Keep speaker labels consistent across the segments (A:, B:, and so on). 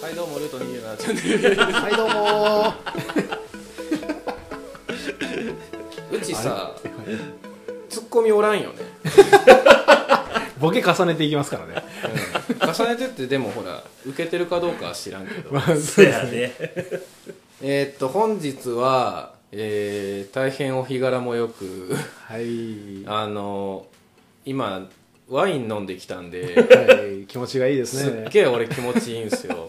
A: はいどうもルート27チャンネル
B: はいどうも
A: うちさツッコミおらんよね、
C: ボケ重ねていきますからね。
A: 重ねてってでもほら受けてるかどうかは知らんけど
C: まあ、
D: そうやね
A: えーっと本日は、えー大変お日柄もよく
C: はい。
A: あの今ワイン飲んできたんで、
C: はい、気持ちがいいです
A: すっ
C: ね。
A: げえ俺気持ちいいんすよ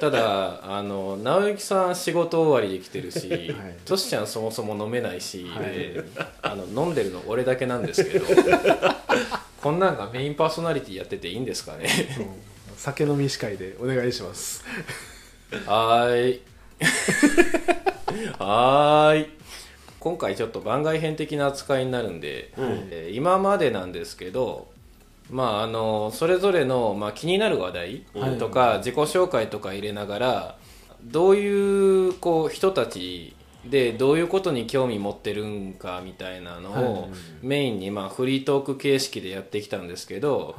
A: ただあの直之さん仕事終わりで来てるし、
C: はい
A: トシちゃんそもそも飲めないし、
C: はい
A: であの飲んでるの俺だけなんです けどこんなんがメインパーソナリティやってていいんですかね
C: うん酒飲み司会でお願いします。
A: はーい はーい今回ちょっと番外編的な扱いになるんで、えー今までなんですけどまああのそれぞれの、まあ、気になる話題とか、自己紹介とか入れながらどういうこう人たちでどういうことに興味持ってるんかみたいなのをメインに、まあ、フリートーク形式でやってきたんですけど、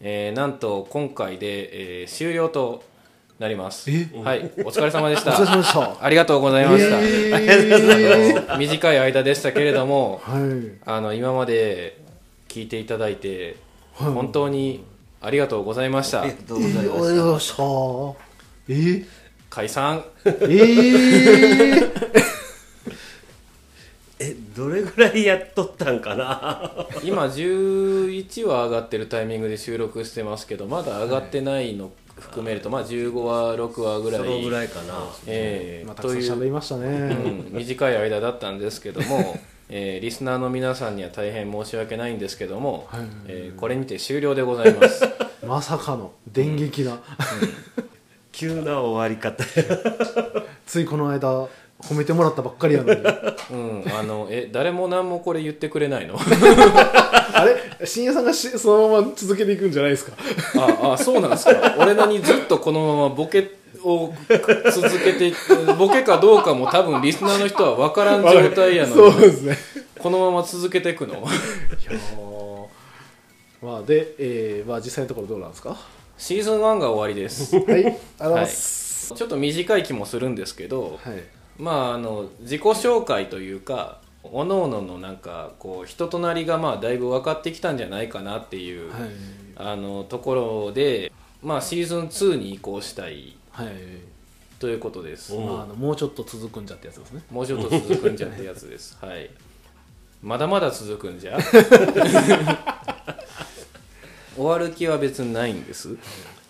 A: えーなんと今回で、えー終了となります。はい、お疲れ様でした。
C: お疲れ様でした
A: ありがとうございました。
C: えー
A: あの短い間でしたけれども、
C: はい。
A: あの今まで聞いていただいて本当にありがとうございました
D: ありがとうございま
B: お
D: す
B: よっしゃー
C: えー、
A: 解散
C: えー、
D: えどれぐらいやっとったんかな
A: 今11話上がってるタイミングで収録してますけどまだ上がってないの含めると、まあ15話6話ぐらい
D: そのぐらいかな
A: ええ
C: まあ、たく
A: と
C: さん
A: いう
C: 喋りましたね。
A: うん短い間だったんですけど も、えーリスナーの皆さんには大変申し訳ないんですけども、
C: はい
A: えーこれにて終了でございます、
C: まさかの電撃な、
D: 急な終わり方や
C: ついこの間褒めてもらったばっかりやのに
A: うん、あのえ誰も何もこれ言ってくれないの
C: あれ深夜さんがしそのまま続けていくんじゃないですか
A: ああそうなんですか俺なにずっとこのままボケを続けていくボケかどうかも多分リスナーの人は分からん状態やの
C: そう
A: に
C: ですね
A: このまま続けていくの
C: いやーまあで、えーまあ、実際のところどうなんですかは
A: シーズン1が終わりです
C: いありがとうございます、
A: ちょっと短い気もするんですけど、
C: はい
A: まああの自己紹介というか各々のなんかこう人となりがまあだいぶ分かってきたんじゃないかなっていう、
C: はい
A: あのところで、まあ、シーズン2に移行したい
C: はい、
A: ということです、
D: うん
C: まあ、あのもうちょっと続くんじゃってやつですね
A: もうちょっと続くんじゃってやつ ですはいまだまだ続くんじゃ終わる気は別にないんです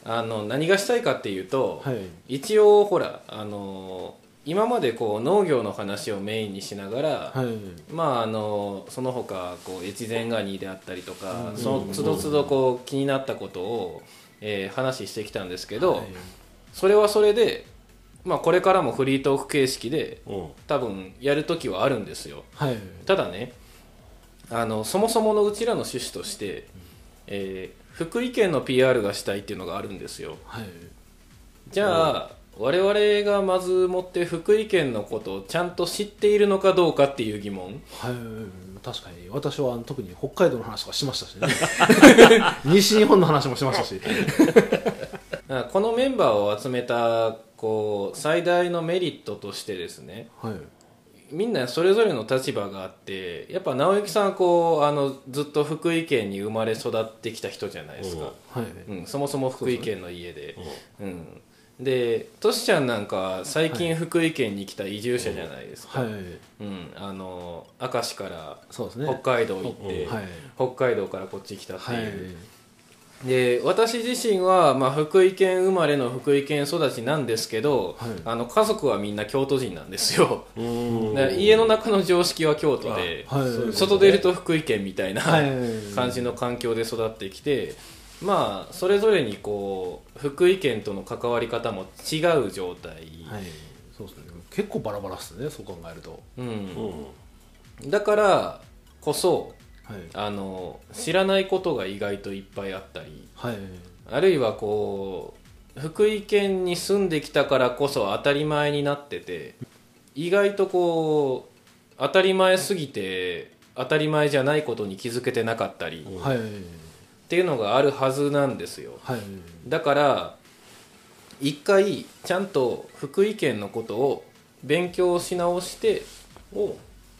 A: あの何がしたいかっていうと、
C: はい
A: 一応ほらあの今までこう農業の話をメインにしながら、
C: はい
A: まあ、あのその他こう越前ガニであったりとか、そのつどつどこう気になったことを、えー話してきたんですけど、それはそれで、まあ、これからもフリートーク形式で
D: うん
A: 多分やる時はあるんですよ
C: はい
A: ただねあのそもそものうちらの趣旨として、えー福井県の PR がしたいっていうのがあるんですよ
C: はい
A: じゃあ、我々がまずもって福井県のことをちゃんと知っているのかどうかっていう疑問
C: はい確かに私はあの特に北海道の話とかしましたしね 西日本の話もしましたし
A: だからこのメンバーを集めたこう最大のメリットとしてですね
C: はい
A: みんなそれぞれの立場があってやっぱ直之さんはこうあのずっと福井県に生まれ育ってきた人じゃないですか、
C: はい
A: うんそもそも福井県の家でうんでトシちゃんなんかは最近福井県に来た移住者じゃないですか、
C: はい
A: うん、あの明石から
C: そうですね
A: 北海道行って、
C: はい
A: 北海道からこっち来たって
C: はい
A: いう、で私自身は、まあ、福井県生まれの福井県育ちなんですけど、
C: はい
A: あの家族はみんな京都人なんですよ
D: うーん
A: だから家の中の常識は京都で、
C: はいそういうことね
A: 外出ると福井県みたいな
C: はい
A: 感じの環境で育ってきて、まあそれぞれにこう福井県との関わり方も違う状態、
C: はいそうですね結構バラバラっすねそう考えると
A: う、
D: うんん
A: だからこそ
C: はい
A: あの知らないことが意外といっぱいあったり。
C: はい
A: あるいはこう福井県に住んできたからこそ当たり前になってて意外とこう当たり前すぎて当たり前じゃないことに気づけてなかったりっ
C: はい
A: ていうのがあるはずなんですよ
C: はい
A: だから一回ちゃんと福井県のことを勉強し直して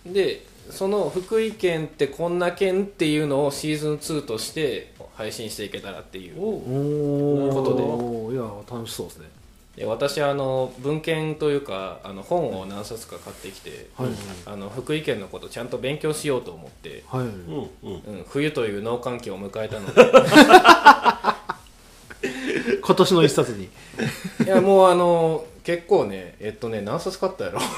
A: でその福井県ってこんな県っていうのをシーズン2として配信していけたらっていう
C: おお
A: なるほどね
C: おーいや楽しそうですね
A: で私あの文献というかあの本を何冊か買ってきて、
C: はい
A: あの福井県のことちゃんと勉強しようと思って、
C: はい、
D: うんうん
A: うん、冬という農閑期を迎えたの で
C: 今年の一冊に
A: いやもうあの結構ねえっとね何冊買ったやろ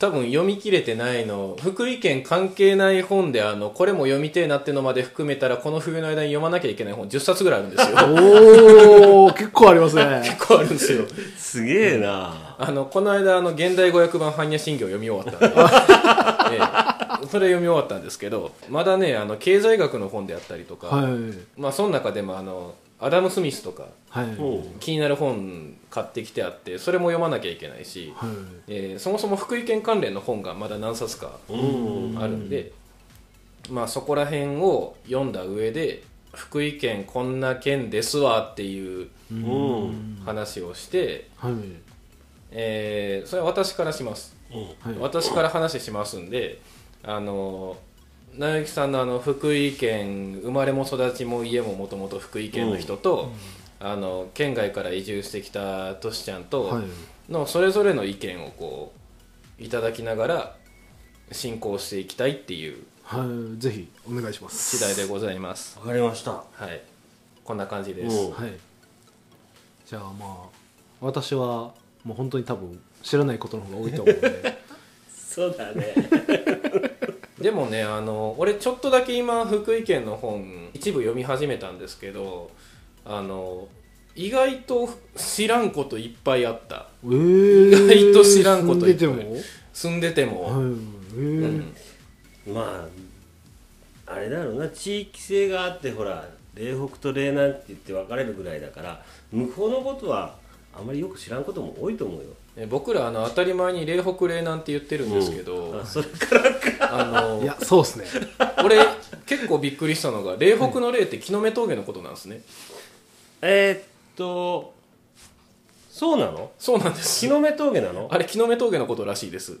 A: 多分読み切れてないの福井県関係ない本であのこれも読みてえなってのまで含めたらこの冬の間に読まなきゃいけない本10冊ぐらいあるんです よ
C: おお 結構ありますね
A: 結構あるんですよ
D: すげえな、
A: あのこの間あの現代語訳版般若心経を読み終わったんで、ええそれ読み終わったんですけどまだねあの経済学の本であったりとか、
C: はい
A: まあその中でもあのアダム・スミスとか
C: はい
D: おう
A: 気になる本買ってきてあってそれも読まなきゃいけないし、
C: はい
A: えーそもそも福井県関連の本がまだ何冊か
D: うん
A: あるんで、まあそこら辺を読んだ上で福井県こんな県ですわっていう
D: うん
A: 話をして、
C: はい
A: えーそれは私からします
D: うん
C: はい
A: 私から話しますんであの直之さんのあの福井県生まれも育ちも家ももともと福井県の人と、あの県外から移住してきたとしちゃんと
C: はい
A: のそれぞれの意見をこういただきながら進行していきたいっていう
C: はいぜひお願いします
A: 次第でございます
D: わかりました
A: はいこんな感じです、
D: うん
C: はいじゃあまあ私はもう本当に多分知らないことの方が多いと思うんで
D: そうだね
A: でもねあの俺ちょっとだけ今福井県の本一部読み始めたんですけどあの意外と知らんこといっぱいあった
C: えー
A: 意外と知らんこと言
C: 住んで
A: ってる
C: てもはい
A: 住んでても、
C: え
A: う
C: ー
A: ん
D: まああれだろうな地域性があってほら嶺北と嶺南って言って分かれるぐらいだから向こうのことはあまりよく知らんことも多いと思うよ
A: え僕らあの当たり前に嶺北嶺南って言ってるんですけど、
D: あそれ
A: あの
C: いやそうですね
A: 俺結構びっくりしたのが嶺北の嶺って木の目峠のことなんですね、
D: えー、っとそうなの
A: そうなんです
D: 木の目峠なの
A: あれ木の目峠のことらしいです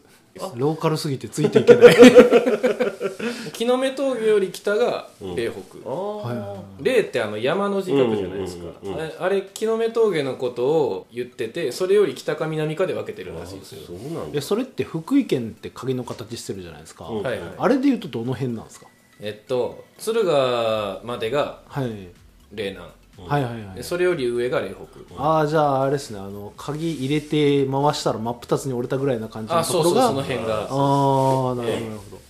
C: ローカルすぎてついていけないはい
A: 木の目峠より北が
D: うん
A: 嶺
D: あ
A: 北
D: あ、
A: 嶺、ってあの山の字覚じゃないですか、
D: うんうんうんうん
A: あれあれ木の目峠のことを言っててそれより北か南かで分けてるらしいですよ
D: そうなん
C: え
D: だ
C: それって福井県って鍵の形してるじゃないですか、
D: うん
A: はいはい
C: あれでいうとどの辺なんですか、
A: えっと敦賀までが
C: はい、
A: 嶺南
C: はいはいはい
A: でそれより上が嶺北
C: ああじゃああれですねあの鍵入れて回したら真っ二つに折れたぐらいな感じの
A: あ
C: と
A: そ
C: こ
A: うそう
C: ろが
A: その辺が
C: ああなるほどなるほど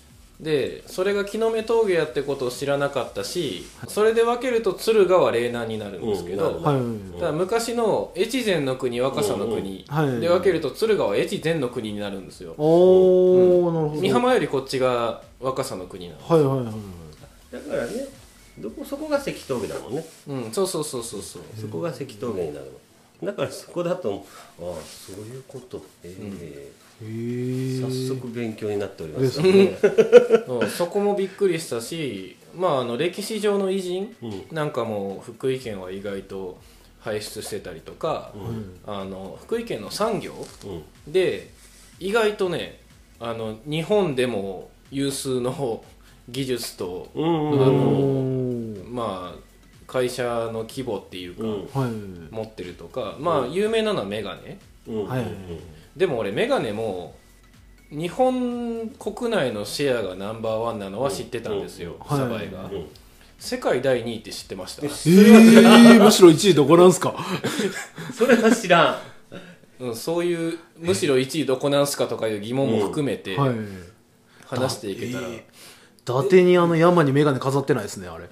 A: でそれが木の目峠やってことを知らなかったしそれで分けると敦賀は嶺南になるんですけど、
D: うん
C: はい
A: ただ昔の越前の国若狭の国
C: うんうんはい
A: で分けると敦賀は越前の国になるんですよ
C: おお、なるほど
A: 美浜よりこっちが若狭の国なの
C: はいはいはいはい
D: だからねどこそこが関峠だもんね
A: うんそうそうそうそうそう
D: そこが関峠になるのだからそこだとああそういうことえ
C: へ
D: え
C: え
D: 早速勉強になっておりま
C: です
D: す
C: ね
A: うんそこもびっくりしたし まああの歴史上の偉人
D: うん
A: なんかも福井県は意外と輩出してたりとか
D: う
C: うんん
A: あの福井県の産業
D: うん
A: で意外とねあの日本でも有数の 技術と
D: う
A: あ
D: んうん
A: の
C: おー
A: まあ会社の規模っていうか、
D: うん
C: はい
A: 持ってるとかまあ有名なのはメガネ
D: うん
C: はい
A: でも俺メガネも日本国内のシェアがナンバーワンなのは知ってたんですよ、
C: うん
A: サバイが、
D: うん
A: 世界第2位って知ってました
C: えー、むしろ1位どこなんすか
D: それは知らん
A: うん、そういうむしろ1位どこなんすかとかいう疑問も含めて
C: はい
A: 話していけたら、
C: だえー伊達にあの山に眼鏡飾ってないですねあれ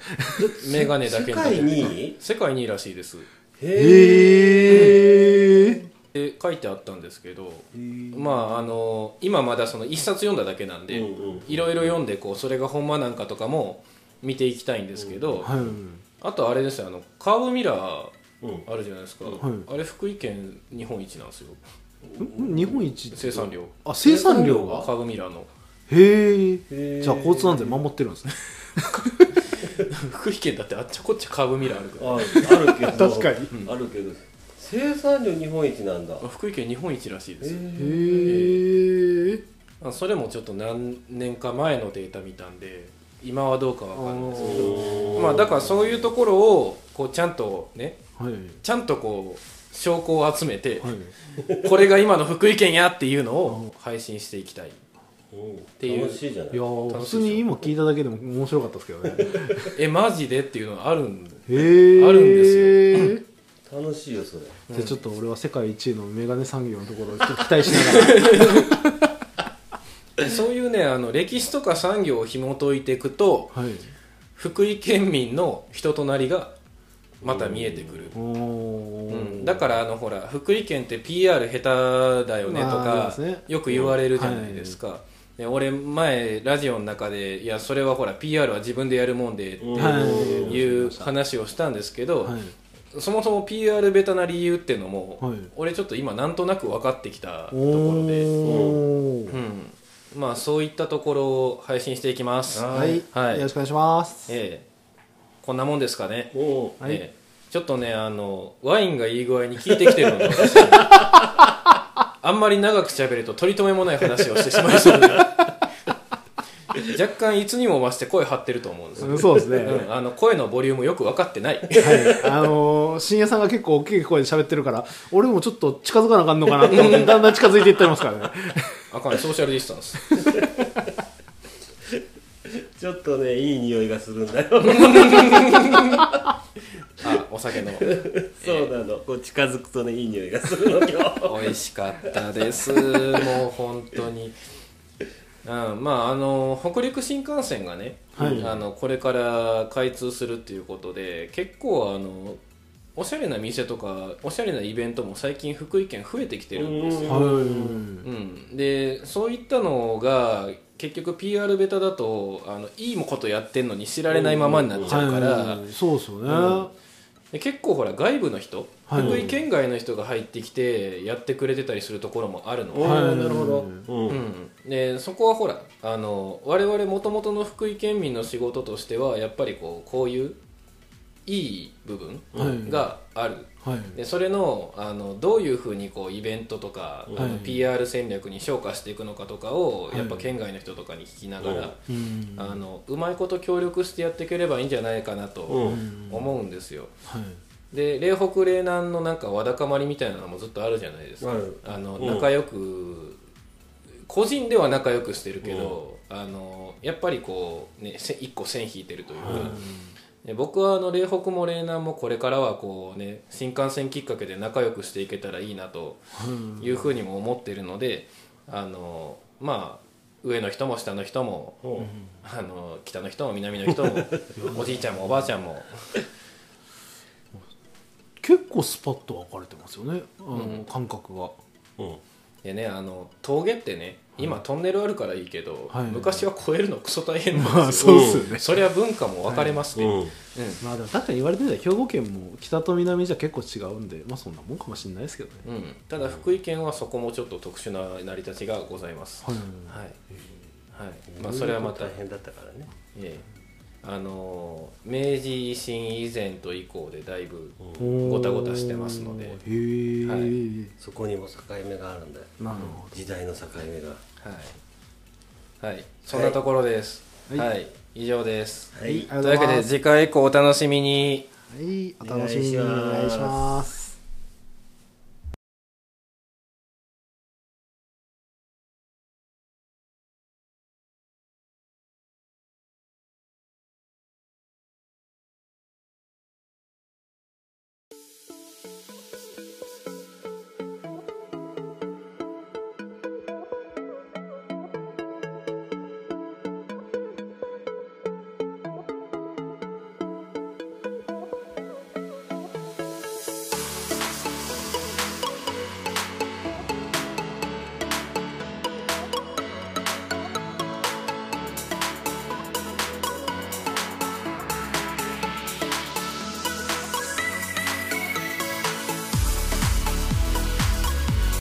A: メガネだけ
D: 世
A: になってる
D: 界に
A: 世界2位らしいです
C: へえ
A: で書いてあったんですけどまああの今まだその1冊読んだだけなんで、
D: うんうん
A: いろいろ読んでこうそれがほんまなんかとかも見ていきたいんですけど、
C: はい
A: あとあれですよあのカーブミラー
D: うん
A: あるじゃないですか、
C: ん
A: あれ福井県日本一なんですよ
C: ん日本一
A: 生産量
C: あ生産量が
A: カーブミラーの
C: へ
D: へ
C: え
D: ー
C: じゃあ交通安全守ってるんですね
A: 福井県だってあっちゃこっちゃカーブミラーあるから
D: ああるけど
C: 確かに
D: あるけど生産量日本一なんだ
A: 福井県日本一らしいですよ、
C: へ
D: え
C: ー
A: まあそれもちょっと何年か前のデータ見たんで今はどうかわかんないですけどまあだからそういうところをこうちゃんとね
C: はい
A: ちゃんとこう証拠を集めて、
C: はい
A: これが今の福井県やっていうのを配信していきたいていう
D: 楽しいじゃない
C: いやー
A: 楽
C: 普
A: しい
C: 通
A: でしょ
C: に今聞いただけでも面白かったですけど ね
A: えマジでっていうのがあるんで
C: へー
A: あるんです
C: よ
D: 楽しいよそれ
C: じゃあちょっと俺は世界一位のメガネ産業のところをちょっと期待しながら
A: そういうねあの歴史とか産業を紐解いていくと
C: はい
A: 福井県民の人となりがまた見えてくる、
C: お
A: う
C: ー
A: ん、だからあのほら福井県って PR 下手だよねと
C: まあ
A: か
C: そうですね
A: よく言われるじゃないですか、で俺前ラジオの中でいやそれはほら PR は自分でやるもんでって
C: はい
A: いう話をしたんですけど、
C: はい
A: そもそも PR ベタな理由ってのも、
C: はい
A: 俺ちょっと今なんとなく分かってきたところで、
C: お
A: う
C: ー
A: ん、まあそういったところを配信していきます
D: は
C: はい
A: はい
C: よろしくお願いします
A: ええこんなもんですかね、
D: おう
C: はい
A: ええちょっとねあのワインがいい具合に効いてきてるの で私あんまり長く喋ると取り留めもない話をしてしまい そうで若干いつにも増して声張ってると思うんですよ、
C: うんそうですね
A: うんあの声のボリュームよく分かってない
C: はい、あのー、深夜さんが結構大きい声で喋ってるから、俺もちょっと近づかなあかんのかなと 思って、だんだん近づいていってますからね。
A: あかんソーシャルディスタンス
D: ちょっとねいい匂いがするんだよ
A: あお酒の
D: そうなのこう近づくとねいい匂いがする の今日
A: 美味しかった ですもう本当に、うん、まああの北陸新幹線がね、
C: はい
A: あのこれから開通するっていうことで結構あのおしゃれな店とかおしゃれなイベントも最近福井県増えてきてるんですよ、
C: は
A: うん、でそういったのが結局 PR ベタだとあのいいことやってんのに知られないままになっちゃうから、
C: はい、そうですよね。
A: うんで結構ほら外部の人、
C: はい
A: 福井県外の人が入ってきてやってくれてたりするところもあるの、
D: お
C: はい
D: ーなるほど、う
A: うんん、でそこはほらあの我々もともとの福井県民の仕事としてはやっぱりこうこういういい部
C: はい
A: 分がある、
C: はい。
A: でそれのあのどういうふうにこうイベントとか、
D: はい
A: あの PR 戦略に昇華していくのかとかを、
C: はい
A: やっぱ県外の人とかに聞きながら、
C: うん
A: あのうまいこと協力してやっていければいいんじゃないかな
D: う
A: と
D: ん
A: 思うんですよ。
C: はい。
A: で嶺北嶺南のなんかわだかまりみたいなのもずっとあるじゃないですか
D: ある
A: あの
D: うん
A: 仲良く、個人では仲良くしてるけど、あのやっぱりこうねせ一個線引いてるというか、で僕はあの嶺北も嶺南もこれからはこうね新幹線きっかけで仲良くしていけたらいいなと
C: はい
A: いうふうにも思ってるのであのまあ上の人も下の人も
D: おう
A: あの北の人も南の 人もおじいちゃんもおばあちゃんも。
C: 結構スパッと分かれてますよね。あの、
A: うん
C: 感覚が。
D: うん
A: でねあの峠ってね今トンネルあるからいいけど、
C: はい
A: 昔は越えるのクソ大変なん
C: まあ、
A: です
C: そう
A: よ、
C: っすよね。
A: そりゃ文化も分かれますね、
D: うん
A: う
C: まあでも確かに言われてみたら兵庫県も北と南じゃ結構違うんでまあそんなもんかもしれないですけどね
A: んうんただ福井県はそこもちょっと特殊な成り立ちがございます
C: はい
A: はい、はいまあ、それはまた
D: 大、変だったからね
A: ええあのー明治維新以前と以降でだいぶ
C: おー
A: ごたごたしてますので
C: へえ、
A: は
D: そこにも境目があるんだよ
C: なるほ
D: 時代の境目が
A: はい、はい、そんなところです
C: はい
A: はい、以上です
D: はい
C: あり
A: と
C: が
A: いう
C: とう
A: わ
C: ご
A: け
C: ざい
A: で
C: ます
A: 次回以降お楽しみに
C: どはいお楽しみにお
D: お願
C: 願
D: い
C: い
D: し
C: し
D: ま
C: ます